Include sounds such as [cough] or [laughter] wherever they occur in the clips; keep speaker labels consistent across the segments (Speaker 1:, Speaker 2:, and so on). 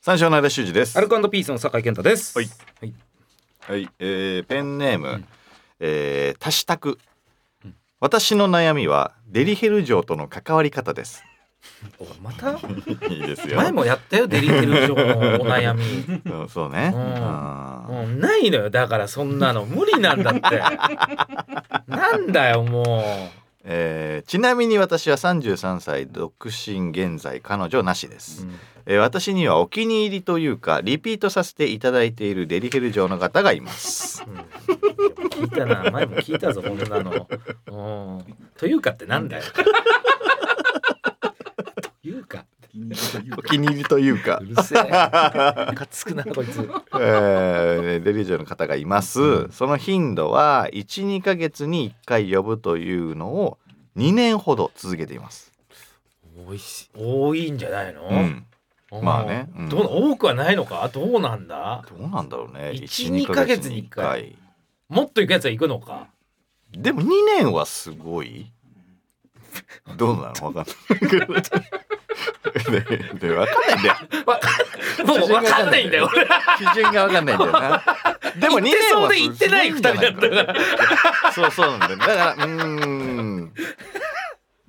Speaker 1: 三章の間修二です
Speaker 2: アルコピースの酒井健太です。
Speaker 1: はい
Speaker 2: はい。
Speaker 1: はい、えーペンネーム、えー、たしたく、私の悩みはデリヘル嬢との関わり方 [laughs] です。
Speaker 2: おいまた
Speaker 1: いいですよ。
Speaker 2: 前もやったよデリヘル嬢のお悩み。
Speaker 1: [laughs] うんそうね。
Speaker 2: うん
Speaker 1: うん
Speaker 2: もうないのよだからそんなの無理なんだって。なんだよも
Speaker 1: えーちなみに私は33歳独身現在彼女なしで
Speaker 2: う。
Speaker 1: す、えー私にはお気に入りというかリピートさせていただいているデリヘル嬢の方がいます
Speaker 2: うん聞いたな前も聞いたぞこんなの。うんというかってなんだよ。というか
Speaker 1: [laughs] お気に入りというか
Speaker 2: うるせえ。ムカつくなこいつ。
Speaker 1: えーデリヘル嬢の方がいます、その頻度は12ヶ月に1回呼ぶというのを2年ほど続けています、
Speaker 2: 多いし多いんじゃないの
Speaker 1: う？ん、
Speaker 2: うん
Speaker 1: まあねうん
Speaker 2: どう多くはないのかどうなんだ
Speaker 1: どうなんだろうね
Speaker 2: 12ヶ月に一回
Speaker 1: 一
Speaker 2: もっと行くやつは行くの [laughs] か
Speaker 1: 回でも2年はすごいどうなの
Speaker 2: [laughs]
Speaker 1: わかんないででわかんないんだよ
Speaker 2: わもう分かんないんだよ俺
Speaker 1: 基準がわかんないんだよなでも2
Speaker 2: 行って
Speaker 1: 年
Speaker 2: そう
Speaker 1: は
Speaker 2: で行ってない二人だったから
Speaker 1: らそうそうなんだよだからうーん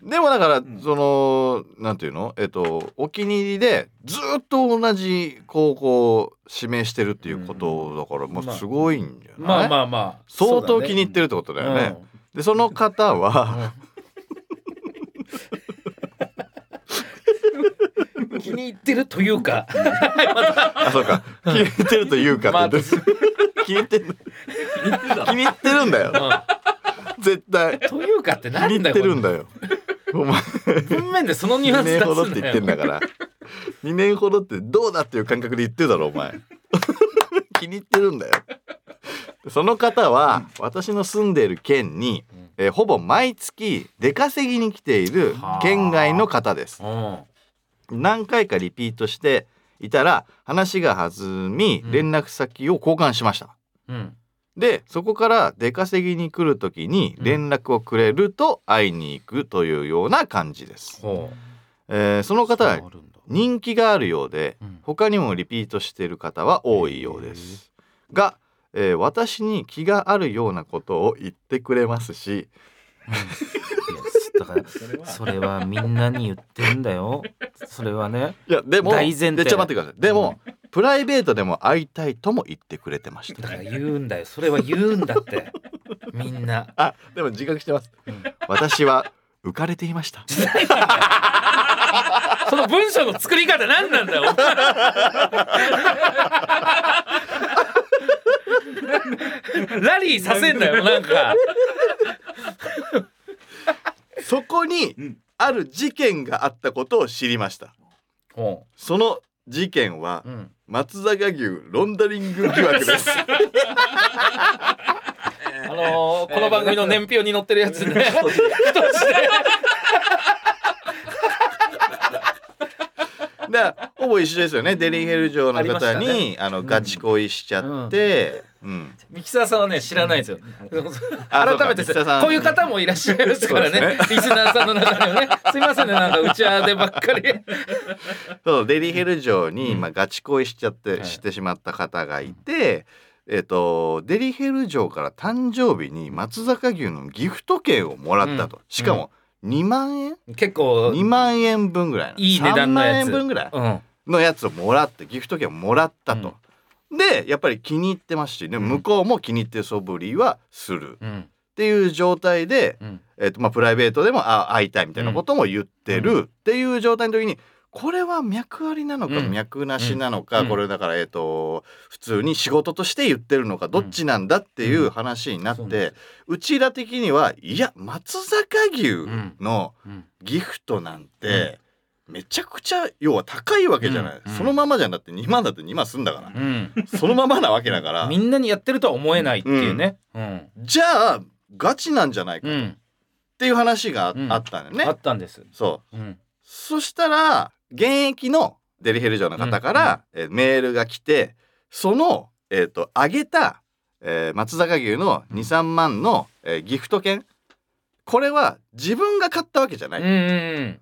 Speaker 1: でもだからそのなんていうのえっとお気に入りでずっと同じ高校を指名してるっていうことだから、
Speaker 2: ん
Speaker 1: ま
Speaker 2: ま
Speaker 1: あ
Speaker 2: あ
Speaker 1: すごいんじゃない、
Speaker 2: まあまあまあ
Speaker 1: 相当気に入ってるってことだよね。でその方は、
Speaker 2: うん気に入ってるというか
Speaker 1: あそうか気に入ってるというかっ
Speaker 2: まあ
Speaker 1: て、気に入ってる気に入ってるんだよ
Speaker 2: う
Speaker 1: 絶対
Speaker 2: んというかって
Speaker 1: 気
Speaker 2: な
Speaker 1: に
Speaker 2: ん
Speaker 1: 入
Speaker 2: だ
Speaker 1: っ
Speaker 2: よ
Speaker 1: てるんだよお前
Speaker 2: これ文面でそのニュ
Speaker 1: 2
Speaker 2: アンス
Speaker 1: 年ほどって
Speaker 2: 出す
Speaker 1: 言
Speaker 2: なよ
Speaker 1: ってんだから2年ほどってどうだっていう感覚で言ってるだろお前 [laughs] 気に入ってるんだよその方は私の住んでいる県に、えーほぼ毎月出稼ぎに来ている県外の方です
Speaker 2: うん
Speaker 1: 何回かリピートしていたら話が弾み
Speaker 2: うん
Speaker 1: 連絡先を交換しました、
Speaker 2: うん
Speaker 1: でそこから出稼ぎに来る時に連絡をくれると会いに行くというような感じです、
Speaker 2: ほ
Speaker 1: えーそうの方は
Speaker 2: そうあるんだ
Speaker 1: 人気があるようで
Speaker 2: うん
Speaker 1: 他にもリピートしている方は多いようですが、えー私に気があるようなことを言ってくれますし
Speaker 3: だからそれはみんなに言ってんだよそれはね
Speaker 1: いやでも
Speaker 3: 大前提
Speaker 1: でちょっと待ってくださいでも、プライベートでも会いたいとも言ってくれてまし
Speaker 2: [laughs] だ
Speaker 1: た
Speaker 2: から言うんだよそれは言うんだってみんな
Speaker 1: あでも自覚してます、
Speaker 2: うん
Speaker 1: 私は浮かれていました
Speaker 2: その文章の作り方何なんだよ。ラリーさせんなよなんか。
Speaker 1: [laughs] そこに
Speaker 3: うん
Speaker 1: ある事件があったことを知りました
Speaker 2: ほ
Speaker 1: その事件は
Speaker 2: う。うん。
Speaker 1: 松坂牛ロンダリング疑惑です
Speaker 2: あのー、この番組の年表に載ってるやつね。太字で
Speaker 1: だからほぼ一緒ですよねデリヘル嬢の
Speaker 2: ありまし
Speaker 1: 方
Speaker 2: た
Speaker 1: にあ、
Speaker 2: ね
Speaker 1: のガチ恋しちゃって、うん
Speaker 2: [laughs] ミキサーさんはね知らないんですよ。
Speaker 1: あそうか
Speaker 2: 改めて
Speaker 1: ミキサーさん
Speaker 2: こういう方もいらっしゃいますからね。リスナーさんの中にはね。すいませんねなんか打ち合わせばっかり。
Speaker 1: そうデリヘル嬢に、
Speaker 2: うん
Speaker 1: まあ、ガチ恋しちゃって、
Speaker 2: はい
Speaker 1: してしまった方がいて、えっとデリヘル嬢から誕生日に松坂牛のギフト券をもらったと、しかも2万円、
Speaker 2: 結構。
Speaker 1: 2万円分ぐらいの
Speaker 2: いい値段のや
Speaker 1: 3
Speaker 2: つ
Speaker 1: 万円分ぐらい
Speaker 2: うん。
Speaker 1: のやつをもらってギフト券をもらったと、でやっぱり気に入ってますし、ね、
Speaker 2: ん
Speaker 1: 向こうも気に入ってる素振りはするっ
Speaker 2: うん。
Speaker 1: ていう状態で、
Speaker 2: うん。
Speaker 1: えっとまあ、プライベートでもあ会いたいみたいなことも言ってるっていう状態の時にこれは脈ありなのか
Speaker 2: うん
Speaker 1: 脈なしなのか、
Speaker 2: うん
Speaker 1: これだから、えっと普通に仕事として言ってるのかどっちなんだっていう話になって、う
Speaker 2: うんそうなん
Speaker 1: ちら的にはいや松坂牛の
Speaker 2: うん。
Speaker 1: ギフトなんて、めちゃくちゃ要は高いわけじゃない、
Speaker 2: うんうん
Speaker 1: そのままじゃなくて2万だって2万すんだから、
Speaker 2: うん。
Speaker 1: そのままなわけだから
Speaker 2: みんなにやってるとは思えないっていうね。うん。
Speaker 1: じゃあガチなんじゃないかっ
Speaker 2: うん。
Speaker 1: ていう話があ,、
Speaker 2: うん
Speaker 1: ったんだよね。
Speaker 2: あったんです。
Speaker 1: そう
Speaker 2: うん。
Speaker 1: そしたら現役のデリヘル嬢の方から、えーメールが来てその、えー、とあげた、えー松坂牛の23万の、えーギフト券これは自分が買ったわけじゃない、
Speaker 2: うんうんうん。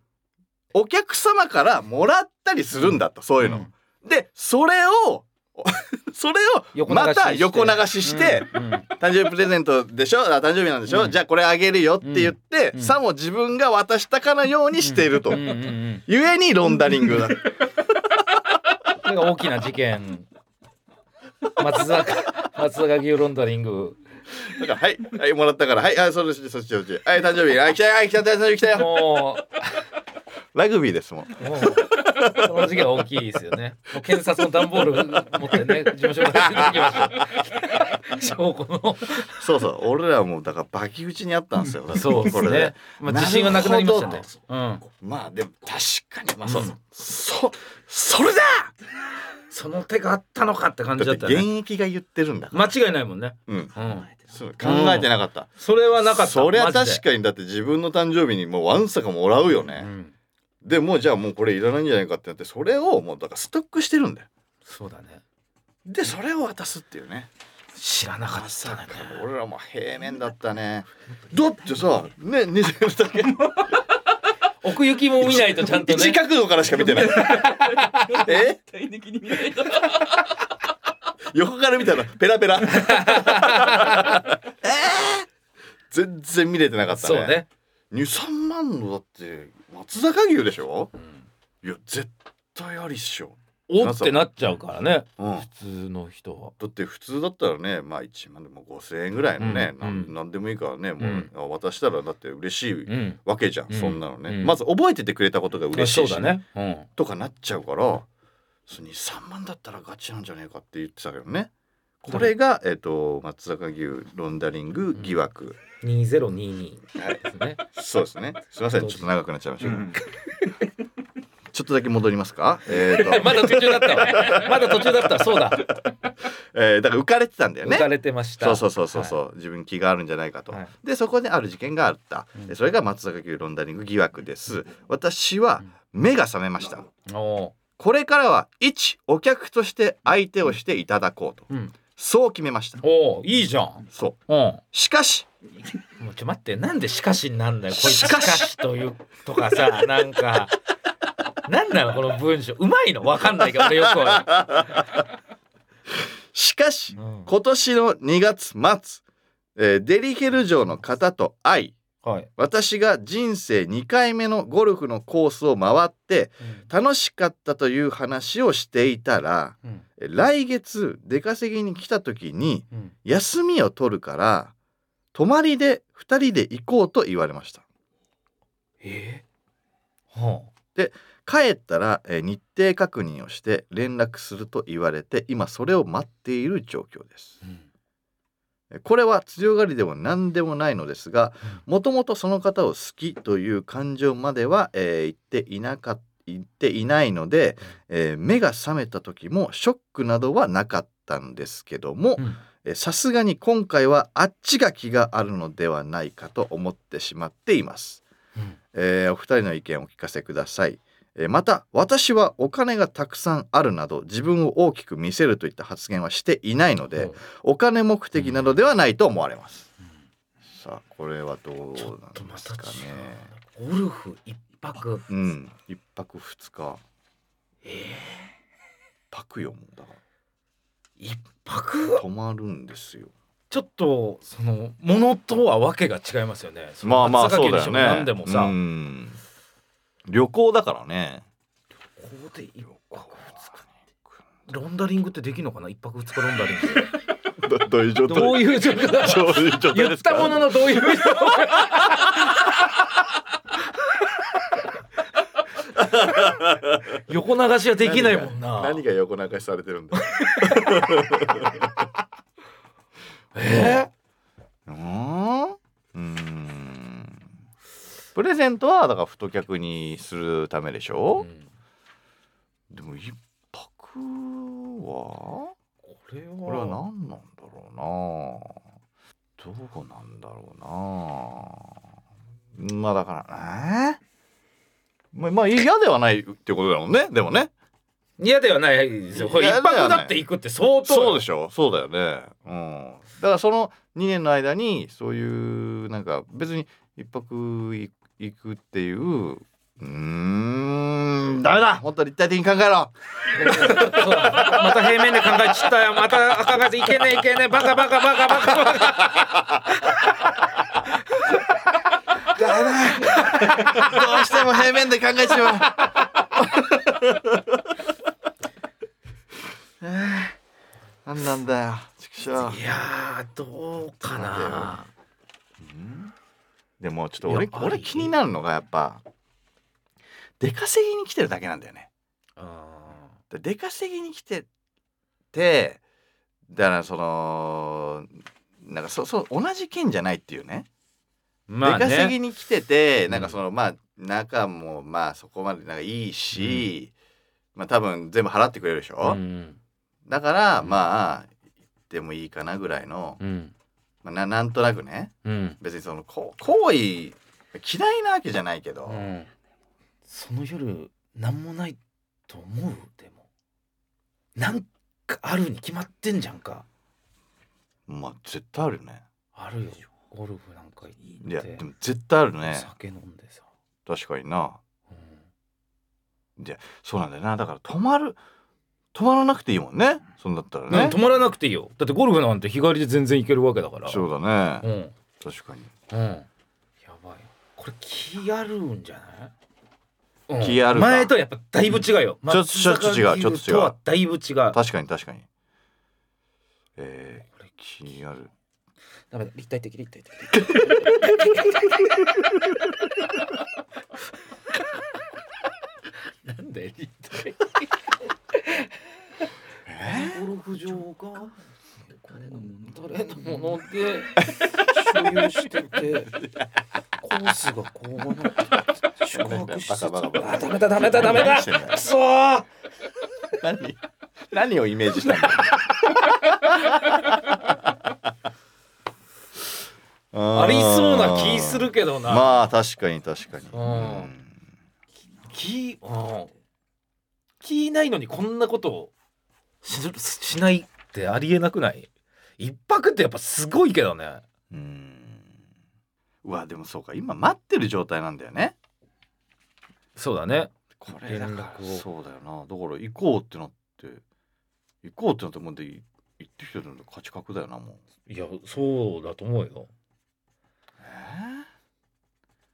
Speaker 1: お客様からもらったりするんだとそういうの、
Speaker 2: うん
Speaker 1: でそれを [laughs] それを
Speaker 2: 横流し
Speaker 1: ま
Speaker 2: して
Speaker 1: た横流しして、
Speaker 2: うんうん
Speaker 1: 誕生日プレゼントでしょあ誕生日なんでしょ、
Speaker 2: うん
Speaker 1: じゃあこれあげるよって言って、
Speaker 2: うん
Speaker 1: さも自分が渡したかのようにしていると、
Speaker 2: うんうんうん
Speaker 1: ゆえにロンダリングだ
Speaker 2: これが大きな事件。 [laughs] 松坂 [laughs] 松坂牛ロンダリング。
Speaker 1: だからはい、はい、もらったから、はい、あ、そうです、そっち、そっち。はい、誕生日、あ、来たよ、あ来た、誕生日来たよ。
Speaker 2: も
Speaker 1: ラグビーですもん。
Speaker 2: うもうこの事件は大きいですよね。もう検察の段ボール持ってね事務所に走ってきました。証拠の。
Speaker 1: そうそう、俺らも、だから、バキ口にあったんですよ。だって
Speaker 2: そうです
Speaker 1: これ
Speaker 2: ね
Speaker 1: で。。
Speaker 2: まあ自信はなくなりましたね
Speaker 1: るほ。
Speaker 2: うん。
Speaker 1: まあ、でも、確かに、まあ、そう、
Speaker 2: うん
Speaker 1: そ、それだ。
Speaker 2: その手があったのかって感じ
Speaker 1: だ
Speaker 2: だ
Speaker 1: っ、
Speaker 2: ってたね。
Speaker 1: 現役が言ってるんだから。
Speaker 2: 間違いないもんね。
Speaker 1: うん。
Speaker 2: うん。
Speaker 1: そう考えてなかった。
Speaker 2: それはなかった。
Speaker 1: そりゃ
Speaker 2: マジで
Speaker 1: 確かにだって自分の誕生日にもうわんさかもらうよ
Speaker 2: う
Speaker 1: ね、
Speaker 2: ん。
Speaker 1: でもうじゃあもうこれいらないんじゃないかってなってそれをもうだからストックしてるんだよ
Speaker 2: そうだね。
Speaker 1: でそれを渡すっていうね
Speaker 2: 知らなか
Speaker 1: ま
Speaker 2: っ
Speaker 1: さ
Speaker 2: た
Speaker 1: か
Speaker 2: ね。
Speaker 1: 俺らも平面だったね [laughs] だってさね二十だけ
Speaker 2: 奥行きも見ないとちゃんとね
Speaker 1: 一。角度からしか見てない
Speaker 2: [laughs]
Speaker 1: え
Speaker 4: 体的に見ないと
Speaker 1: 横から見たらペラ
Speaker 2: [laughs]
Speaker 1: ペラえー全然見れてなかった
Speaker 2: そう
Speaker 1: ね
Speaker 2: ね。
Speaker 1: 二三23万のだって松坂牛でしょ
Speaker 2: うん
Speaker 1: いや絶対ありっしょ、
Speaker 2: おってなっちゃうからね
Speaker 1: うん、
Speaker 2: 普通の人は。
Speaker 1: だって普通だったらねまあ1万でも5,000円ぐらいのね、
Speaker 2: うん
Speaker 1: な、
Speaker 2: うんん
Speaker 1: なんでもいいからねもう
Speaker 2: うん、
Speaker 1: あ渡したらだって嬉しい
Speaker 2: うん。
Speaker 1: わけじゃん、
Speaker 2: うん
Speaker 1: そんなのね、
Speaker 2: うん
Speaker 1: まず覚えててくれたことが嬉しいし、
Speaker 2: そうだね。うん。
Speaker 1: とかなっちゃうから23万だったらガチなんじゃねえかって言ってたけどねこれが、えっと松坂牛ロンダリング疑惑、
Speaker 2: 二ゼロ二二
Speaker 1: はい
Speaker 2: ですね。
Speaker 1: そうですねすいませんちょっと長くなっちゃいましたけど、 [laughs] ちょっとだけ戻りますかえっ、
Speaker 2: [laughs] [laughs] ま
Speaker 1: と、
Speaker 2: だ途中だった [laughs] わ。まだ途中だった。そうだ。
Speaker 1: えーだから浮かれてたんだよ
Speaker 2: 浮
Speaker 1: ね
Speaker 2: かれてました。
Speaker 1: そうそうそうそうそう、自分気があるんじゃないかと、
Speaker 2: はい
Speaker 1: でそこである事件があった、
Speaker 2: うん
Speaker 1: でそれが松坂牛ロンダリング疑惑です私は目が覚めました
Speaker 2: う。お
Speaker 1: これからは一お客として相手をしていただこうと、
Speaker 2: うん
Speaker 1: そう決めました
Speaker 2: お。おお。いいじゃん。
Speaker 1: そう
Speaker 2: うん。
Speaker 1: しかし
Speaker 2: もうちょ待って。なんでしかしなんだよ。これ
Speaker 1: し
Speaker 2: し
Speaker 1: か
Speaker 2: か
Speaker 1: し
Speaker 2: しというとかさ、なんか。なんなのこの文章うまいのわかんないけど俺よくは、
Speaker 1: しか
Speaker 2: [laughs]
Speaker 1: し
Speaker 2: うん
Speaker 1: 今年の2月末、えーデリヘル城の方と会い
Speaker 2: はい、
Speaker 1: 私が人生2回目のゴルフのコースを回って楽しかったという話をしていたら
Speaker 2: うん
Speaker 1: えー来月出稼ぎに来た時に
Speaker 2: うん、
Speaker 1: 休みを取るから泊まりで2人で行こうと言われました
Speaker 2: えー、はあ
Speaker 1: 帰ったら、えー日程確認をして連絡すると言われて今それを待っている状況です
Speaker 2: うん
Speaker 1: えーこれは強がりでも何でもないのですがもともとその方を好きという感情までは、えー言っていなかっ言っていないので、えー目が覚めた時もショックなどはなかったんですけども
Speaker 2: うん
Speaker 1: えーさすがに今回はあっちが気があるのではないかと思ってしまっています、
Speaker 2: うん
Speaker 1: えーお二人の意見をお聞かせください、えーまた私はお金がたくさんあるなど自分を大きく見せるといった発言はしていないので、
Speaker 2: うん
Speaker 1: お金目的などではないと思われます、さあこれはどう
Speaker 2: ちょっと
Speaker 1: なんで
Speaker 2: ますた
Speaker 1: かね
Speaker 2: 違うなゴルフ一泊
Speaker 1: うん一泊二日
Speaker 2: えー
Speaker 1: パクよもうだか
Speaker 2: 一
Speaker 1: ら
Speaker 2: 泊
Speaker 1: 泊まるんですよ
Speaker 2: ちょっとそのものとはわけが違いますよね。その松阪牛にしても何でもさ、こ
Speaker 1: ん旅行だからね
Speaker 2: こで一泊二日ロンダリングってできるのかな？一泊二日ロンダリン [laughs]
Speaker 1: どどういう [laughs] 状
Speaker 2: グ。 [laughs] どういう状況だ？
Speaker 1: どういう状態
Speaker 2: 言
Speaker 1: で
Speaker 2: っ
Speaker 1: すか
Speaker 2: たもののどう
Speaker 1: [laughs]
Speaker 2: いう状況。横流しはできないもんな。
Speaker 1: 何が横流しされてるんだ
Speaker 2: え
Speaker 1: うーんうんプレゼントはだから太客にするためでし
Speaker 2: ーう
Speaker 1: ょ、
Speaker 2: ん
Speaker 1: でも一泊は
Speaker 2: これは
Speaker 1: これは何なんだろうなどこなんだろうなまあだからえーまあまあ嫌ではないってことだもんねでもね
Speaker 2: 嫌ではないですよ。これ
Speaker 1: 嫌
Speaker 2: 一
Speaker 1: ではない
Speaker 2: 泊だって行くって相当。
Speaker 1: そうで
Speaker 2: し
Speaker 1: しょそうだよねうんだからその2年の間にそういうなんか別に一泊い行くっていううーんダメだもっと立体的に考えろ
Speaker 2: また平面で考えちったよまた考えていけねえいけねえバカバカバカバカバカ
Speaker 1: ダメどうしても平面で考えちまう [laughs] はあなんなんだよ畜生
Speaker 2: いやーどうかな
Speaker 1: でもちょっと俺
Speaker 2: やっぱり
Speaker 1: 俺気になるのがやっぱ出稼ぎに来てるだけなんだよね
Speaker 2: あ
Speaker 1: で出稼ぎに来ててだからそのなんかそそう同じ県じゃないっていうね
Speaker 2: ーまあ
Speaker 1: 出稼
Speaker 2: ね
Speaker 1: ぎに来てて
Speaker 2: うん
Speaker 1: なんかその、まあ仲もまあそこまでなんかいいし、まあ多分全部払ってくれるでしょ、
Speaker 2: うん
Speaker 1: だから、
Speaker 2: うん
Speaker 1: まあ行ってもいいかなぐらいの、
Speaker 2: うん
Speaker 1: まあ、ななんとなくね
Speaker 2: うん
Speaker 1: 別にそのこ行為嫌いなわけじゃないけど、
Speaker 2: うん
Speaker 3: その夜何もないと思うでもなんかあるに決まってんじゃんか
Speaker 1: まあ絶対あるよね
Speaker 3: あるよゴルフなんか行って
Speaker 1: いやでも絶対ある
Speaker 3: お
Speaker 1: ね
Speaker 3: 酒飲んでさ、
Speaker 1: 確かにな
Speaker 3: うん
Speaker 1: そうなんだよなだから泊まる泊まらなくていいもんねそんだったら
Speaker 2: な
Speaker 1: ね
Speaker 2: ん止まらなくていいよだってゴルフなんて日帰りで全然行けるわけだから
Speaker 1: そうだ
Speaker 2: う
Speaker 1: ね、
Speaker 2: ん
Speaker 1: 確かに
Speaker 2: うん
Speaker 3: やばいこれ気あるんじゃない、
Speaker 1: 気あるか
Speaker 2: 前とやっぱだいぶ違うよ
Speaker 1: ちょちょっと違うちょっと違う
Speaker 2: 松坂牛とはだいぶ違う
Speaker 1: 確かに確かにえー、気になる
Speaker 3: ダメだ立体的立体
Speaker 1: [laughs]
Speaker 3: 的なんだよ立体的
Speaker 1: え
Speaker 3: ゴルフ場が誰のもの誰のもので所有しててコースがこうなって宿泊施設
Speaker 1: バカバカバカ
Speaker 3: あダメだダメだダメ
Speaker 1: 何
Speaker 3: だ
Speaker 1: してんだよ
Speaker 3: くそー
Speaker 1: 何何をイメージしたんだよ
Speaker 2: あ
Speaker 1: あ
Speaker 2: りそうな気するけどな、
Speaker 1: まあ確かに確かに
Speaker 2: うん
Speaker 1: うん
Speaker 2: 気うん気ないのにこんなことをししないってありえなくない一泊ってやっぱすごいけどね
Speaker 1: うんうわでもそうか今待ってる状態なんだよね
Speaker 2: そうだね
Speaker 1: これだから
Speaker 2: 連絡を
Speaker 1: そうだよなだから行こうってなって行こうってなってもうでい行ってきてるの価値格だよなもう
Speaker 2: いやそうだと思うよ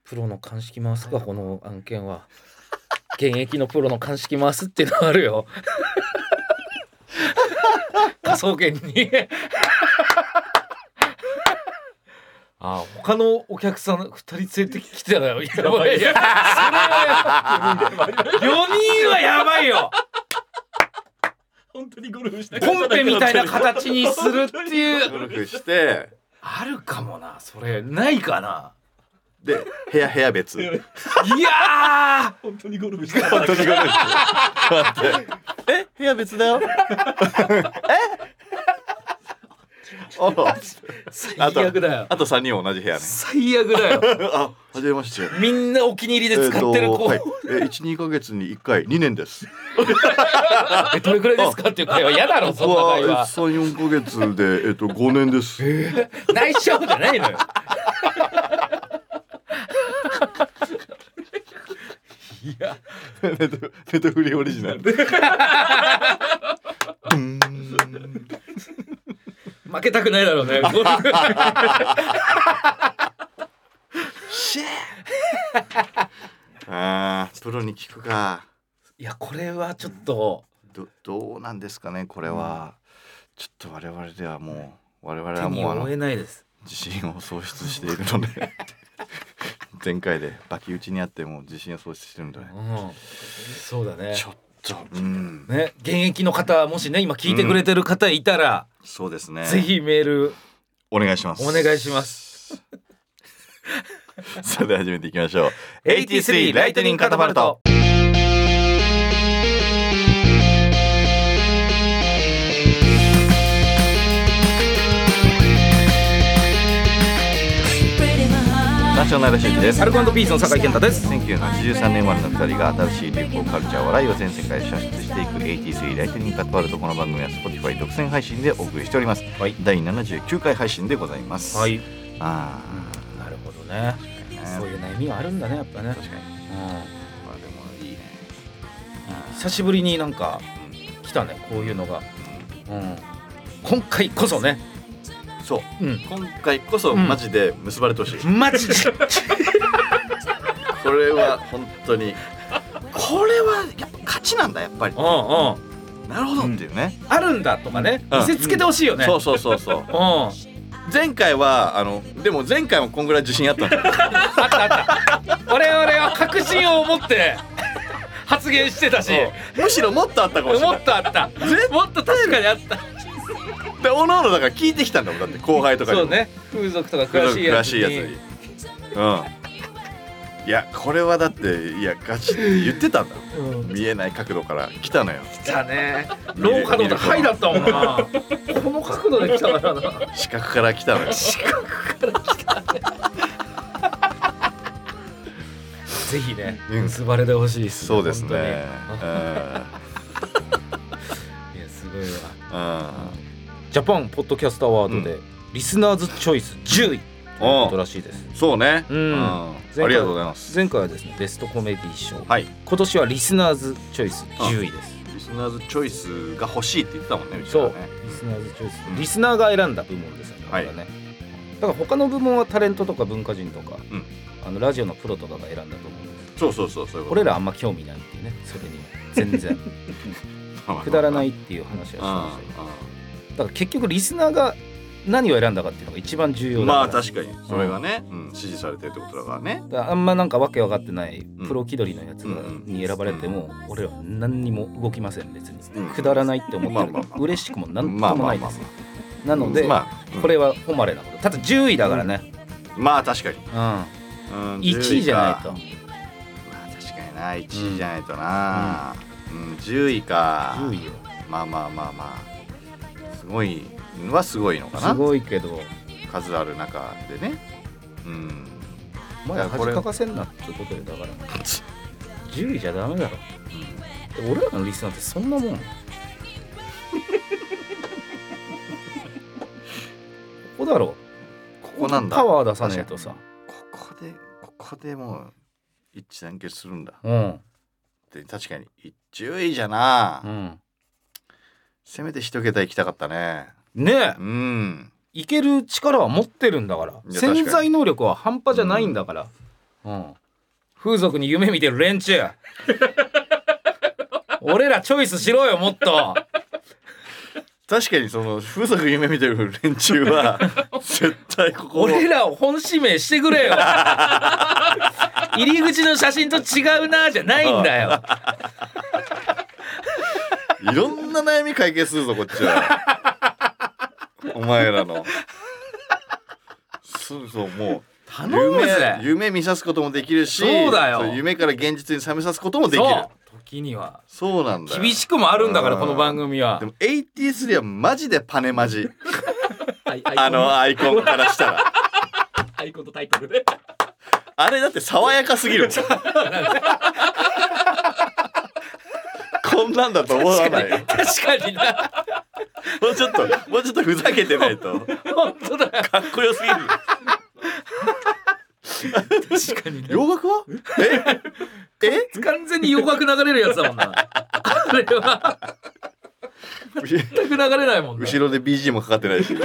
Speaker 3: プロの鑑識回すかこの案件は現役のプロの鑑識回すっていうのがある
Speaker 2: [laughs]
Speaker 3: よ
Speaker 2: 科捜研にあ他のお客さん2人連れてきてたらやばいやばいや4人はやばい
Speaker 3: [laughs]
Speaker 2: よ
Speaker 5: 本当にゴルフした
Speaker 2: コンペみたいな形にするっていう
Speaker 1: 努力して
Speaker 2: あるかもなそれないかな
Speaker 1: で部屋部屋別 [laughs] 本
Speaker 2: いや
Speaker 5: 本当にゴルフした
Speaker 1: 当に努力して待ってえ部屋別 [laughs] だよえお
Speaker 3: [laughs]
Speaker 1: う
Speaker 2: ー最悪だよ
Speaker 1: あと三人は同じ部屋ね
Speaker 2: 最悪だよ
Speaker 1: あ初めま [laughs] して
Speaker 2: みんなお気に入りで使ってる子、
Speaker 1: えーと
Speaker 2: [laughs]
Speaker 1: はい、え一二ヶ月に一回二年 [laughs] です。
Speaker 2: えどれくらいですかっていう会話嫌だろそん
Speaker 1: 僕
Speaker 2: な
Speaker 1: は
Speaker 2: 会話
Speaker 1: え三四ヶ月でえっと五年です。
Speaker 2: 内緒じゃないのよいや
Speaker 1: ネトネトフリオリジナル。
Speaker 2: 負けたくないだろうね [laughs] ゴルフ
Speaker 1: [laughs] ああ、プロに聞くか。
Speaker 2: いやこれはちょっと
Speaker 1: どどうなんですかねこれは、ちょっと我々ではもう我々
Speaker 2: 手
Speaker 1: は
Speaker 2: に
Speaker 1: もうあの
Speaker 2: 負えないです
Speaker 1: 自信を喪失しているので [laughs] 前回でバキ打ちにあってもう自信を喪失してるんで、ね
Speaker 2: うんそうだね
Speaker 1: ちょっとうん
Speaker 2: ね現役の方もしね今聞いてくれてる方いたら、
Speaker 1: そうですね
Speaker 2: ぜひメール
Speaker 1: お願いします
Speaker 2: お願いします
Speaker 1: [laughs] それでは始めていきましょう
Speaker 2: 83ライトニングカタパルト
Speaker 1: ナショナルシーです
Speaker 2: アルコピースの酒井健太です
Speaker 1: 1983年生まれの2人が新しい流行カルチャー笑いを全世界へ射出していく83ライトニングカタパルトこの番組は Spotify 独占配信でお送りしております、
Speaker 2: はい
Speaker 1: 第79回配信でございます、
Speaker 2: はい
Speaker 1: あ
Speaker 2: なるほどね
Speaker 1: あ、ね
Speaker 2: そういう悩みはあるんだねやっぱね
Speaker 1: 確かに
Speaker 2: う久しぶりになんか来たねこういうのが、うん、今回こそね、
Speaker 1: そう
Speaker 2: うん、
Speaker 1: 今回こそマジで結ばれてほしい、
Speaker 2: マ
Speaker 1: [laughs]
Speaker 2: ジで
Speaker 1: これは本当にこれはやっぱ勝ちなんだやっぱり
Speaker 2: うんうん
Speaker 1: なるほどっていうね、
Speaker 2: あるんだとかね
Speaker 1: うん
Speaker 2: 見せつけてほしいよ [laughs] ね、
Speaker 1: そううそうそうそうん
Speaker 2: あ
Speaker 1: 前回はあのでも前回もこんぐらい自信あったん
Speaker 2: [laughs]
Speaker 1: だよ
Speaker 2: ったあった俺俺は確信を持って [laughs] 発言してたし
Speaker 1: [laughs] むしろもっとあったかもしれ
Speaker 2: も
Speaker 1: ない
Speaker 2: っとあったもっと確かにあった
Speaker 1: でおのおのだから聞いてきたんだもんだって後輩とかに
Speaker 2: そ
Speaker 1: も
Speaker 2: うね風俗とか詳
Speaker 1: 詳
Speaker 2: し
Speaker 1: し
Speaker 2: い
Speaker 1: いや
Speaker 2: やつ
Speaker 1: つ
Speaker 2: に
Speaker 1: にうんいやこれはだっていやガチって言ってたんだ
Speaker 2: うん
Speaker 1: 見えない角度から来たのよ
Speaker 2: 来たね廊下の音ハイだったもんなこの角度で来たからな
Speaker 1: 視覚から来たのよ
Speaker 2: ぜひね、
Speaker 1: うん
Speaker 2: 結ばれてほしいです、
Speaker 1: そうですね
Speaker 2: 本当にいやすごいわ
Speaker 1: う
Speaker 2: ジャパンポッドキャストアワードで、リスナーズチョイス10位ということらしいです
Speaker 1: んそうね
Speaker 2: うん
Speaker 1: うんありがとうございます
Speaker 2: 前回はですねベストコメディ賞、
Speaker 1: はい
Speaker 2: 今年はリスナーズチョイス10位です
Speaker 1: リスナーズチョイスが欲しいって言ってたもんねうち
Speaker 2: そ
Speaker 1: ら
Speaker 2: う
Speaker 1: ね
Speaker 2: リスナーズチョイス、
Speaker 1: うん
Speaker 2: リスナーが選んだ部門ですよね,、
Speaker 1: はい
Speaker 2: これねだから他の部門はタレントとか文化人とか、
Speaker 1: うん
Speaker 2: あのラジオのプロとかが選んだと思うんです
Speaker 1: そうそうそうそういうこと
Speaker 2: 俺らあんま興味ないっていうねそれに
Speaker 1: [laughs]
Speaker 2: 全然くだらないっていう話はして
Speaker 1: うん
Speaker 2: ましたけどだから結局リスナーが何を選んだかっていうのが一番重要
Speaker 1: う
Speaker 2: だ
Speaker 1: ん
Speaker 2: から
Speaker 1: まあ確かにそれがねうん支持されてるってことだからね
Speaker 2: だからあんまなんかわけわかってない
Speaker 1: うん
Speaker 2: プロ気取りのやつが
Speaker 1: うん
Speaker 2: に選ばれても俺らは何にも動きません別に
Speaker 1: うん
Speaker 2: くだらないって思ってる
Speaker 1: まあまあまあ
Speaker 2: 嬉しくもなんともないですよなので
Speaker 1: まあ
Speaker 2: これは誉れなことただ10位だからね
Speaker 1: うんまあ確かに
Speaker 2: う
Speaker 1: うん
Speaker 2: ん1位じゃない
Speaker 1: 10
Speaker 2: と
Speaker 1: まあ確かにな1位じゃないとな、うん10位か
Speaker 2: 10位よ
Speaker 1: まあまあまあまあすごいのはすごいのか
Speaker 2: す
Speaker 1: な
Speaker 2: ごいけど
Speaker 1: 数ある中でねうん
Speaker 2: ま
Speaker 1: い
Speaker 2: だ
Speaker 1: やこ
Speaker 2: 恥
Speaker 1: れ
Speaker 2: かかせんなってことよだから10位じゃダメだろで俺らのリスナーってそんなもんここだろ
Speaker 1: ここなんだ
Speaker 2: パワー出さないとさ
Speaker 1: ここでここでもう一致団結するんだ
Speaker 2: うん
Speaker 1: で確かに10位じゃな、
Speaker 2: うん
Speaker 1: せめて一桁行きたかったね
Speaker 2: ねえ
Speaker 1: うん
Speaker 2: いける力は持ってるんだから
Speaker 1: いや
Speaker 2: 潜在能力は半端じゃないんだから、うん風俗に夢見てる連中
Speaker 1: [laughs]
Speaker 2: 俺らチョイスしろよもっと
Speaker 1: 確かにその風俗夢見てる連中
Speaker 2: [laughs]
Speaker 1: は絶対ここ
Speaker 2: 俺らを本指名して
Speaker 1: [laughs]
Speaker 2: くれよ入り口の写真と違うなじゃないんだよ
Speaker 1: いろんな悩み解決するぞこっち [laughs] はお前らのそうそうもう
Speaker 2: 頼む
Speaker 1: 夢
Speaker 2: ぜ
Speaker 1: 夢見さすこともできるし
Speaker 2: そうだよ
Speaker 1: う夢から現実に覚めさすこともできる
Speaker 2: そう時には
Speaker 1: そうなんだよ
Speaker 2: 厳しくもあるんだから
Speaker 1: うん
Speaker 2: この番組は
Speaker 1: でも AT3 はマジでパネマジ
Speaker 5: はい、アイコン
Speaker 1: [laughs] あのアイコンからしたら
Speaker 5: アイコンとタイトルで。
Speaker 1: あれだって爽やかすぎる [laughs] こんなんだと思わないも
Speaker 2: 確かに
Speaker 1: [laughs]
Speaker 2: な
Speaker 1: うちょっともうちょっとふざけてないと
Speaker 2: 本当だよ
Speaker 1: かっこよすぎる
Speaker 2: 確かに
Speaker 1: 洋楽はええ
Speaker 2: 完全に洋楽流れるやつだもんなあれは全く流れないもんな
Speaker 1: 後ろで BG もかかってないし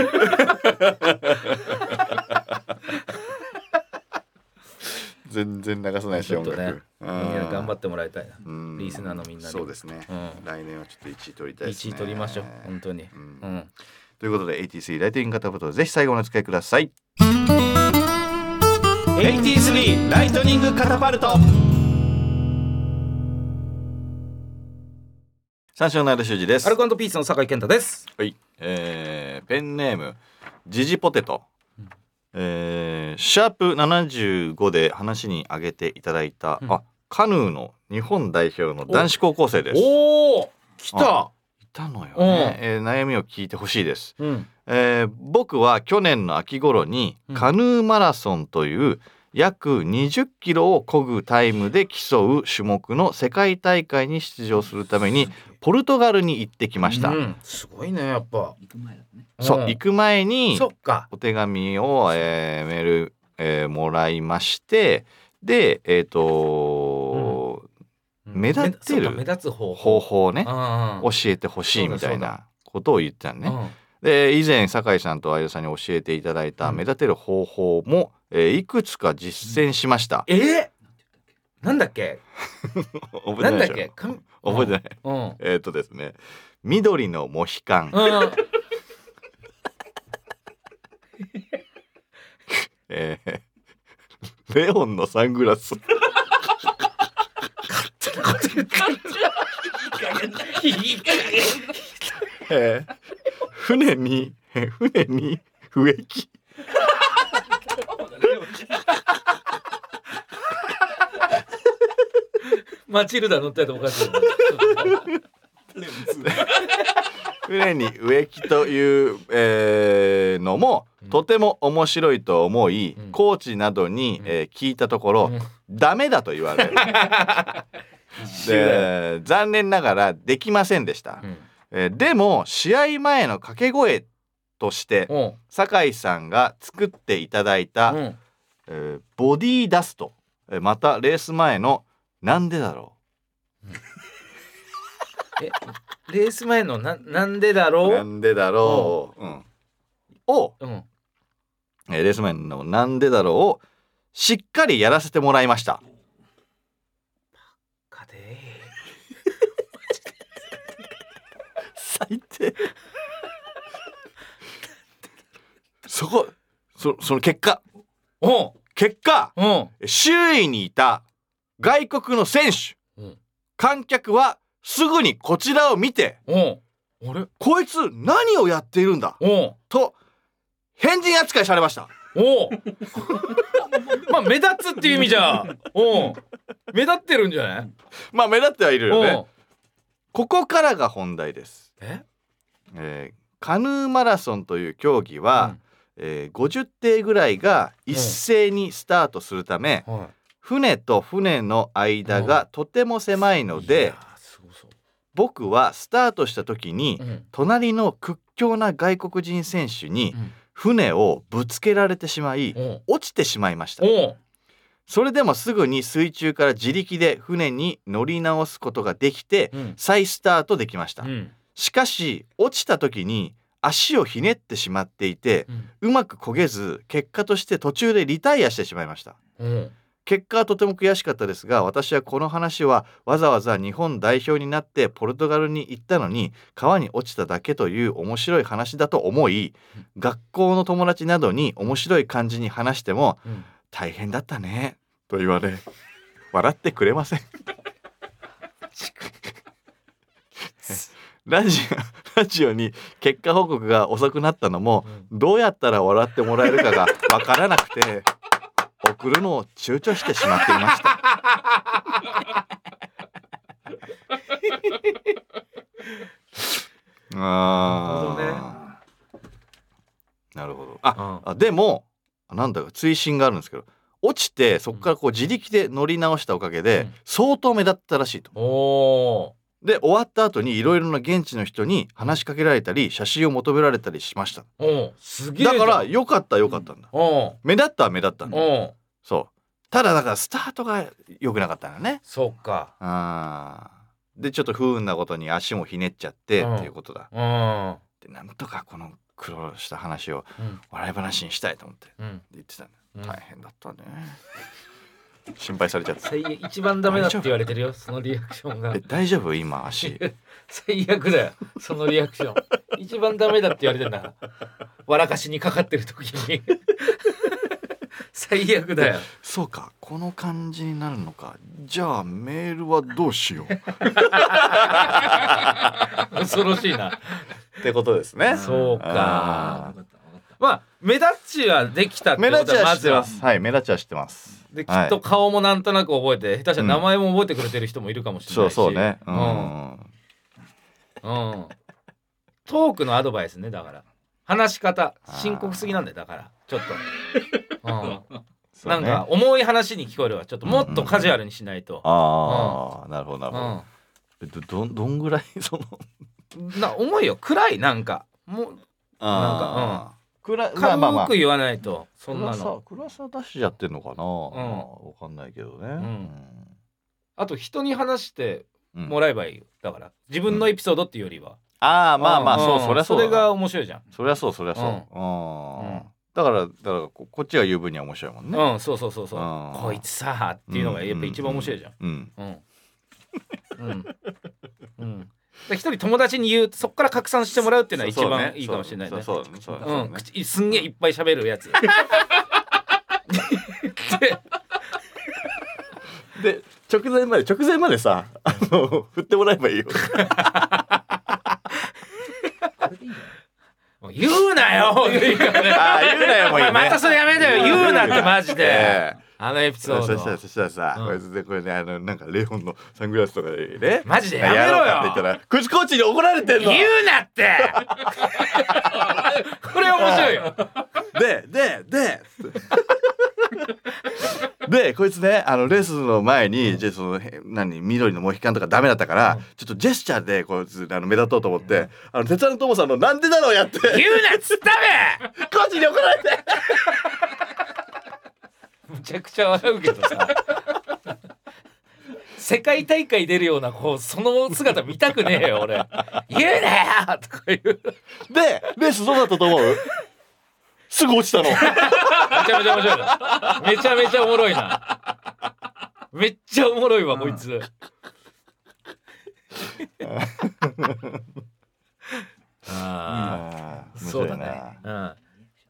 Speaker 1: 全然流さないし
Speaker 2: ちょっ
Speaker 1: 音
Speaker 2: と
Speaker 1: 楽、
Speaker 2: ね
Speaker 1: うん
Speaker 2: みんな頑張ってもらいたいな
Speaker 1: うん
Speaker 2: リスナーのみんなに
Speaker 1: そうですね、
Speaker 2: うん
Speaker 1: 来年はちょっと1位取りたいです
Speaker 2: 1
Speaker 1: ね
Speaker 2: 位取りましょう本当に
Speaker 1: うん
Speaker 2: うん
Speaker 1: ということで ATC ライティング型ことぜひ最後までお使いください
Speaker 2: AT3 ライトニングカタパルト
Speaker 1: 三四郎の間修二です
Speaker 2: アルコピースの酒井健太です
Speaker 1: はい、えーペンネームジジポテト、えーシャープ75で話に挙げていただいた、
Speaker 2: うん
Speaker 1: あカヌーの日本代表の男子高校生ですい
Speaker 2: おお来た
Speaker 1: たのよ
Speaker 2: うん
Speaker 1: ね、えー悩みを聞いてほしいです、
Speaker 2: うん
Speaker 1: えー僕は去年の秋頃に
Speaker 2: うん
Speaker 1: カヌーマラソンという約20キロを漕ぐタイムで競う種目の世界大会に出場するためにポルトガルに行ってきました、
Speaker 2: うんすごいねやっぱ
Speaker 5: 行く前だね。
Speaker 1: そう、
Speaker 2: ん
Speaker 1: 行く前に
Speaker 2: そっか
Speaker 1: お手紙を、えーメール、えーもらいましてでえっ、と
Speaker 2: うん
Speaker 1: 目立って
Speaker 2: そうか目
Speaker 1: る
Speaker 2: 立つ方
Speaker 1: 方
Speaker 2: 法
Speaker 1: 法をね
Speaker 2: う
Speaker 1: 教
Speaker 2: ん
Speaker 1: えてほしいみたいなことを言ってたのね。
Speaker 2: うん
Speaker 1: で以前酒井さんと相田さんに教えていただいた
Speaker 2: うん
Speaker 1: 目立てる方法も、えーいくつか実践しました。
Speaker 2: えなんだっけ
Speaker 1: 覚
Speaker 2: なん
Speaker 1: で
Speaker 2: だっ
Speaker 1: しょ
Speaker 2: けかん
Speaker 1: 覚えてない。
Speaker 2: うん
Speaker 1: えーっとですね緑のモヒカン、
Speaker 2: うん
Speaker 1: えーレオンのサングラスえー船にえー船に植木
Speaker 2: マチルダ乗ってたらおかしいよね
Speaker 1: 船に植木という、えーのも
Speaker 2: うん
Speaker 1: とても面白いと思い、
Speaker 2: うん
Speaker 1: コーチなどに、
Speaker 2: うん
Speaker 1: えー聞いたところ、
Speaker 2: うん
Speaker 1: ダメだと言わ
Speaker 2: [laughs]
Speaker 1: れで残念ながらできませんでした、
Speaker 2: うん
Speaker 1: えーでも試合前の掛け声として
Speaker 2: うん
Speaker 1: 酒井さんが作っていただいた、
Speaker 2: うん
Speaker 1: えーボディーダストえーまたレース前の「なんでだろ
Speaker 2: レース前のななんでだ
Speaker 1: う」「な
Speaker 2: ろ
Speaker 1: んでだろう」うんを、
Speaker 2: ううん
Speaker 1: えーレース前の「なんでだろう」をしっかりやらせてもらいました
Speaker 2: かで
Speaker 1: 最低そこそその結果
Speaker 2: おう
Speaker 1: 結果
Speaker 2: うん
Speaker 1: 周囲にいた外国の選手、
Speaker 2: うん
Speaker 1: 観客はすぐにこちらを見て
Speaker 2: おうあれ
Speaker 1: 「こいつ何をやっているんだ
Speaker 2: おう」
Speaker 1: と変人扱いされました
Speaker 2: おおまあ目立つっていう意味じゃおお目立ってるんじゃない
Speaker 1: まあ目立ってはいるよ
Speaker 2: お
Speaker 1: ね
Speaker 2: う
Speaker 1: ここからが本題です、
Speaker 2: え
Speaker 1: えーカヌーマラソンという競技は、
Speaker 2: うん
Speaker 1: えー50艇ぐらいが一斉にスタートするため、
Speaker 2: は
Speaker 1: 船と船の間がとても狭い
Speaker 2: い
Speaker 1: ので、
Speaker 2: いやーすごそう
Speaker 1: 僕はスタートした時に、
Speaker 2: うん
Speaker 1: 隣の屈強な外国人選手に
Speaker 2: うん
Speaker 1: 船をぶつけられてしまい
Speaker 2: おう
Speaker 1: 落ちてしまいました
Speaker 2: おう
Speaker 1: それでもすぐに水中から自力で船に乗り直すことができて
Speaker 2: うん
Speaker 1: 再スタートできました
Speaker 2: うん
Speaker 1: しかし落ちた時に足をひねってしまっていて
Speaker 2: うん
Speaker 1: うまく焦げず結果として途中でリタイアしてしまいました
Speaker 2: おう
Speaker 1: 結果はとても悔しかったですが私はこの話はわざわざ日本代表になってポルトガルに行ったのに川に落ちただけという面白い話だと思い学校の友達などに面白い感じに話しても
Speaker 2: うん
Speaker 1: 「大変だったね」と言われ笑ってくれま
Speaker 2: [laughs]
Speaker 1: せんラジオラジオに結果報告が遅くなったのもどうやったら笑ってもらえるかがわからなくて送るのを躊躇してしまっていま
Speaker 2: [laughs]
Speaker 1: したあーなるほどあ
Speaker 2: うん
Speaker 1: あでもなんだか追伸があるんですけど落ちてそこからこう自力で乗り直したおかげで、
Speaker 2: うん
Speaker 1: 相当目立ったらしいと
Speaker 2: おお
Speaker 1: で終わった後にいろいろな現地の人に話しかけられたり写真を求められたりしました
Speaker 2: おおすげえじゃ
Speaker 1: だ
Speaker 2: ん
Speaker 1: から良かった良かったんだ、
Speaker 2: おお
Speaker 1: 目立ったは目立ったんだ、
Speaker 2: おう
Speaker 1: そうただだからスタートが良くなかったんだね
Speaker 2: そうか
Speaker 1: あーでちょっと不運なことに足もひねっちゃって、
Speaker 2: うん
Speaker 1: っていうことだ
Speaker 2: うんうん
Speaker 1: でなんとかこの苦労した話を笑い話にしたいと思って
Speaker 2: うん
Speaker 1: 言ってたんだ
Speaker 2: うん
Speaker 1: 大変だったね、心配されちゃ
Speaker 2: [laughs]
Speaker 1: った
Speaker 2: 最悪一番ダメだって言われてるよそのリアクションが
Speaker 1: え大丈夫今足
Speaker 2: 最悪だよそのリアクション一番ダメだって言われてんだから笑かしにかかってる時に最悪だよ
Speaker 1: そうかこの感じになるのかじゃあメールはどうしようっ
Speaker 2: 恐ろしいな
Speaker 1: てことですね
Speaker 2: そう
Speaker 1: あ
Speaker 2: かまあ目立ちはできたって
Speaker 1: 目
Speaker 2: こ
Speaker 1: 立
Speaker 2: と
Speaker 1: ちは
Speaker 2: はま
Speaker 1: 知っ
Speaker 2: ず
Speaker 1: てま
Speaker 2: は
Speaker 1: すはい目立ちは知ってます
Speaker 2: でき
Speaker 1: はい
Speaker 2: っと顔もなんとなく覚えて下手したら名前も覚えてくれてる人もいるかもしれ
Speaker 1: そ
Speaker 2: な
Speaker 1: う
Speaker 2: いし
Speaker 1: そうねう、
Speaker 2: うんん、うん、トークのアドバイスねだから話し方深刻すぎなんだよだからちょっと、うん、
Speaker 1: [laughs] そう
Speaker 2: な
Speaker 1: ね
Speaker 2: んか重い話に聞こえるわちょっともっとカジュアルにしないと、
Speaker 1: ああ、なるほどなるほど、
Speaker 2: う
Speaker 1: えどどんどんぐらいその
Speaker 2: ん、な重いよ暗いなんかもう
Speaker 1: あー暗まあまあま
Speaker 2: 軽
Speaker 1: あ
Speaker 2: く言わないとそん
Speaker 1: 暗
Speaker 2: な
Speaker 1: さ
Speaker 2: の
Speaker 1: 暗さ出しちゃってんのかな、
Speaker 2: ん
Speaker 1: まあわかんないけどね、うん
Speaker 2: あと人に話して
Speaker 1: うん
Speaker 2: もらえばいいよだから自分のエピソードっていうよりは、
Speaker 1: ああまあまあそうそりゃそうだ
Speaker 2: それ
Speaker 1: な
Speaker 2: が面白いじゃん
Speaker 1: そりゃそうそりゃそう
Speaker 2: うん
Speaker 1: うん
Speaker 2: うん
Speaker 1: だからだからここっちが言う分には面白いもんね
Speaker 2: うんそうそうそうそう
Speaker 1: うん
Speaker 2: こいつさっていうのがやっぱ一番面白いじゃん
Speaker 1: うん
Speaker 2: うんうんうんだから一人友達に言うそっから拡散してもらうっていうのは一番いいかもしれないね
Speaker 1: そうそうねそうそう
Speaker 2: う
Speaker 1: だ
Speaker 2: ん、
Speaker 1: ねそうだね
Speaker 2: 口すんげえいっぱい喋る
Speaker 1: [laughs]
Speaker 2: やつ [laughs] で
Speaker 1: で直前まで直前までさあの振ってもらえばいいよ
Speaker 3: これでいいんじゃ
Speaker 2: もう言うな
Speaker 1: [laughs]
Speaker 2: よっていうからね
Speaker 1: ああ言うなよもういいね
Speaker 2: お前またそれやめだよ言うなってマジ
Speaker 1: [laughs]
Speaker 2: で、
Speaker 1: ええ
Speaker 2: あのエピソ
Speaker 1: そ
Speaker 2: ー
Speaker 1: したら
Speaker 2: ド
Speaker 1: そしたらさ、
Speaker 2: うん
Speaker 1: こいつでこれねあのなんかレオンのサングラスとかでね
Speaker 2: マジでやめろよ
Speaker 1: うかって言ったら口コーチに怒られてんの
Speaker 2: 言うなって
Speaker 1: [laughs]
Speaker 2: これ面白いよ
Speaker 1: ででででこいつねあのレースの前に、じゃあそのへ何緑のモヒカンとかダメだったから、ちょっとジェスチャーでこいつあの目立とうと思って、あの鉄腕のトモさんの「なんでだろう」やって
Speaker 2: 言うなっつったべ
Speaker 1: コーチに怒られて
Speaker 2: むちゃくちゃ笑うけどさ [laughs] 世界大会出るようなこうその姿見たくねえよ俺言うなよとか言う
Speaker 1: でレースどうだったと思うすぐ落ちたの
Speaker 2: めちゃめちゃ面白いなめちゃめちゃおもろいなめっちゃおもろいわこい
Speaker 1: [laughs]
Speaker 2: つあ
Speaker 1: あ
Speaker 2: あ
Speaker 1: ー
Speaker 2: そうだ
Speaker 1: 面白い
Speaker 2: ね
Speaker 1: な
Speaker 2: う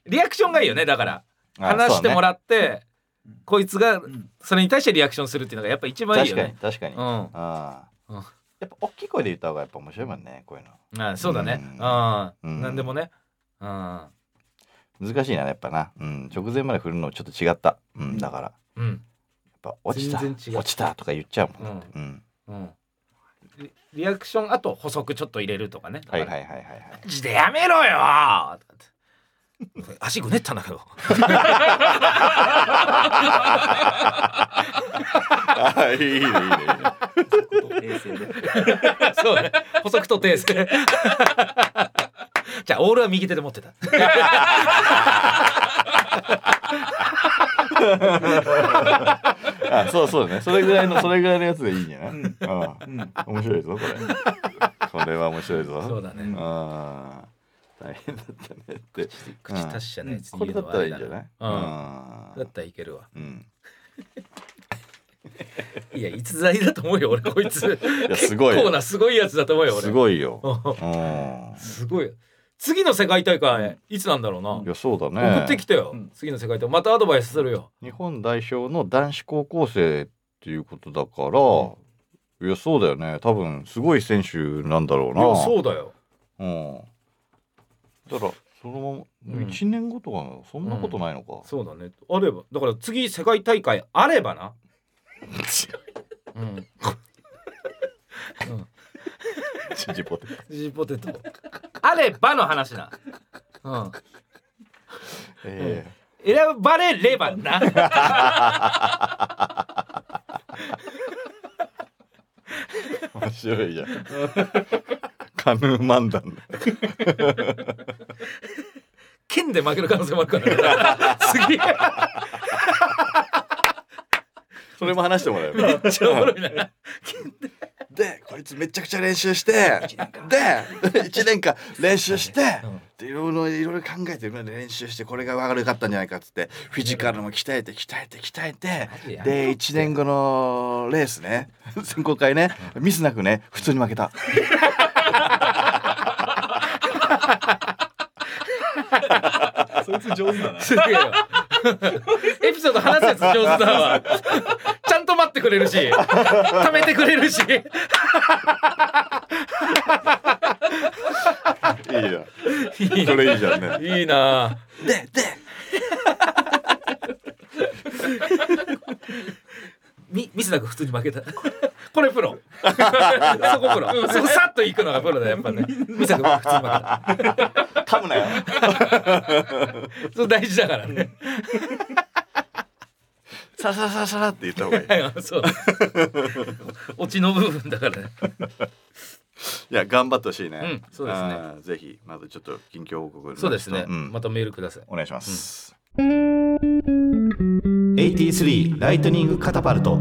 Speaker 2: んリアクションがいいよねだから
Speaker 1: あー
Speaker 2: 話してもらって
Speaker 3: うん
Speaker 2: こいつが
Speaker 3: ないうん
Speaker 2: それに対してリアクションするっていうのがやっぱ一
Speaker 1: そう
Speaker 2: 番
Speaker 1: ね
Speaker 2: いいよね
Speaker 1: 確かに確かに、
Speaker 2: う
Speaker 1: あ
Speaker 2: ん
Speaker 1: あ
Speaker 2: うん
Speaker 1: やっぱ大きい声で言った方がやっぱ面白いもんねこういう
Speaker 2: あそうだね
Speaker 1: うん
Speaker 2: う
Speaker 1: うんん
Speaker 2: 何でもねうん
Speaker 1: の難しいなやっぱな、うん、直前まで振るのちょっと違った、うん、だから
Speaker 2: うん
Speaker 1: やっぱ落ちた
Speaker 2: 全然違う
Speaker 1: 落ちたとか言っちゃうもん、ねうん
Speaker 2: うんリリアクションあと補足ちょっと入れるとかね
Speaker 1: はいはい
Speaker 2: い
Speaker 1: はいはいはい
Speaker 2: マジでやめろよーとかって足ぐねったんだけど
Speaker 1: あいいねいいね
Speaker 3: 冷静で
Speaker 2: そうね。補足と訂正。 [laughs] じゃあ、オールは右手で持ってた。
Speaker 1: あそうそうねそれぐらい
Speaker 2: [laughs]
Speaker 1: のそれぐらいのやつでいいんじゃない、
Speaker 3: うんう
Speaker 1: あ
Speaker 3: ん
Speaker 1: あ面白いぞこれこれは面白いぞ
Speaker 2: そうだね。
Speaker 1: ああ大変だったねって
Speaker 2: 口達者のやつ
Speaker 1: こ
Speaker 2: に
Speaker 1: れ
Speaker 2: 言
Speaker 1: だ
Speaker 2: う
Speaker 1: った
Speaker 2: のはあ
Speaker 1: らい
Speaker 2: れ
Speaker 1: いんじ
Speaker 2: だ
Speaker 1: ゃない
Speaker 2: な。うん。だったらいけるわ。
Speaker 1: うん、うん、
Speaker 2: いや、逸材だと思うよ、俺、こいつ。
Speaker 1: いやすごい
Speaker 2: 結構なすごいやつだと思うよ、俺。
Speaker 1: すごいよ
Speaker 2: う
Speaker 1: うん
Speaker 2: ん。 [laughs] すごい。次の世界大会、いつなんだろうな。
Speaker 1: いやそうだね
Speaker 2: 送ってきてよ
Speaker 3: うん。
Speaker 2: 次の世界大会、またアドバイスするよ。
Speaker 1: 日本代表の男子高校生っていうことだから、いやそうだよね多分すごい選手なんだろう
Speaker 2: い
Speaker 1: な
Speaker 2: や、そうだよ。
Speaker 1: うんだからそのまま
Speaker 2: うん
Speaker 1: 1年後とかなのそんなことないのか、
Speaker 2: そうだね。あれば、だから次世界大会あればな。うん。
Speaker 1: チジポテ
Speaker 2: ジジポテト。あればの話な。うん。
Speaker 1: え
Speaker 2: 選ばれればな。
Speaker 1: え面白いじゃんカヌー漫談だ
Speaker 2: 剣で負ける可能性もあるから、ね。すげえ。
Speaker 1: それも話してもらえば
Speaker 2: めっちゃおもろいな。
Speaker 1: でこいつめちゃくちゃ練習してで1年間練習して
Speaker 2: うん
Speaker 1: でいろいろいろいろ考えて練習してこれが悪かったんじゃないかっつってフィジカルも鍛えて鍛えて鍛えて
Speaker 2: マジやめろ
Speaker 1: で1年後のレースね選考会ねミスなくね普通に負けた
Speaker 5: そいつ上手だな。
Speaker 2: すげえよ。エピソード話すやつ上手だわ。ちゃんと待ってくれるし、貯めてくれるし。
Speaker 1: いいよ
Speaker 2: いい
Speaker 1: そ
Speaker 2: な
Speaker 1: れいいじゃんね
Speaker 2: いいな。
Speaker 1: でで
Speaker 2: ミミスなく普通に負けた。これプ
Speaker 1: [laughs]
Speaker 2: ロ。そこプロ。そこさっと行くのがプロだよやっぱね。ミスなく普通に負けた。
Speaker 1: 噛むなよ
Speaker 2: それ大事だからね。
Speaker 1: サラサラサラサラって言った方がいい
Speaker 2: はい [laughs] そう。オチの部分だからね。
Speaker 1: いや頑張ってほしいね、
Speaker 2: うんそうですね
Speaker 1: ねぜひまずちょっと近況報告
Speaker 2: そうですね。
Speaker 1: ん
Speaker 2: またメールください。
Speaker 1: お願いします、83ライトニングカタパルト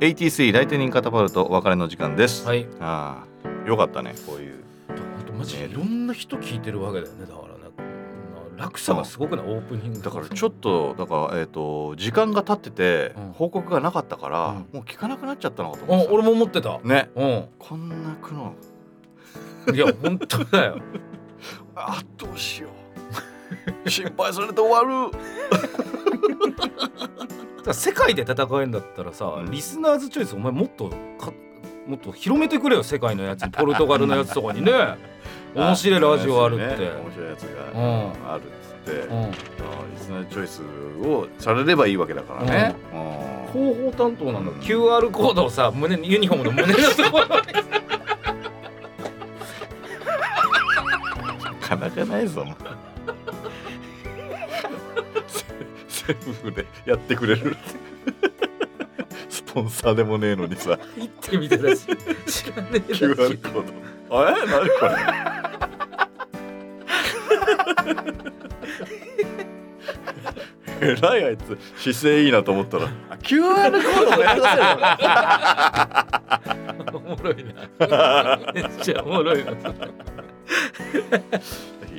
Speaker 1: AT3 ライトニングカタパルトお別れの時間です、
Speaker 2: はい
Speaker 1: ああよかったねこういう
Speaker 2: だから本当マジでいろんな人聞いてるわけだよねだからねこんな落差がすごくないオープニング
Speaker 1: だからちょっとだからえっ、と時間が経ってて
Speaker 2: うん
Speaker 1: 報告がなかったから、
Speaker 2: うん
Speaker 1: もう聞かなくなっちゃったのかと
Speaker 2: あ
Speaker 1: 思ってた
Speaker 2: 俺も思ってた
Speaker 1: ね
Speaker 2: う
Speaker 1: こんな苦悩
Speaker 2: んいや本当だよ
Speaker 1: あどうしよ
Speaker 2: [laughs]
Speaker 1: う心配されて終わる
Speaker 2: だから世界で戦えんだったらさ、
Speaker 1: うん
Speaker 2: リスナーズチョイスお前もっとかもっと広めてくれよ世界のやつポルトガルのやつとか
Speaker 1: [laughs]
Speaker 2: にね [laughs] 面白いラジオあるって、
Speaker 1: ね面白いやつが、
Speaker 2: う
Speaker 1: あるっつって、
Speaker 2: う
Speaker 1: あ
Speaker 2: ん
Speaker 1: ーリスナーチョイスをされればいいわけだからね、うん
Speaker 2: 広報担当なんだ、
Speaker 1: うん
Speaker 2: QR コードをさ胸にユニフォームの胸のところに
Speaker 1: なかなかないぞもう [laughs] セルフでやってくれるスポンサーでもねえのにさ
Speaker 2: 行ってみたらしい知らね [laughs] えらしい
Speaker 1: QR コードえ何これえらいあいつ姿勢いいなと思ったらあ QR コードもやりだせるの
Speaker 2: おもろいなめっちゃおもろいな
Speaker 1: ぜ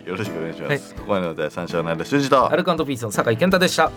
Speaker 1: ひよろしくお願いします、ここまでの第三者の間修二と
Speaker 2: アルカンドピースの酒井健太でした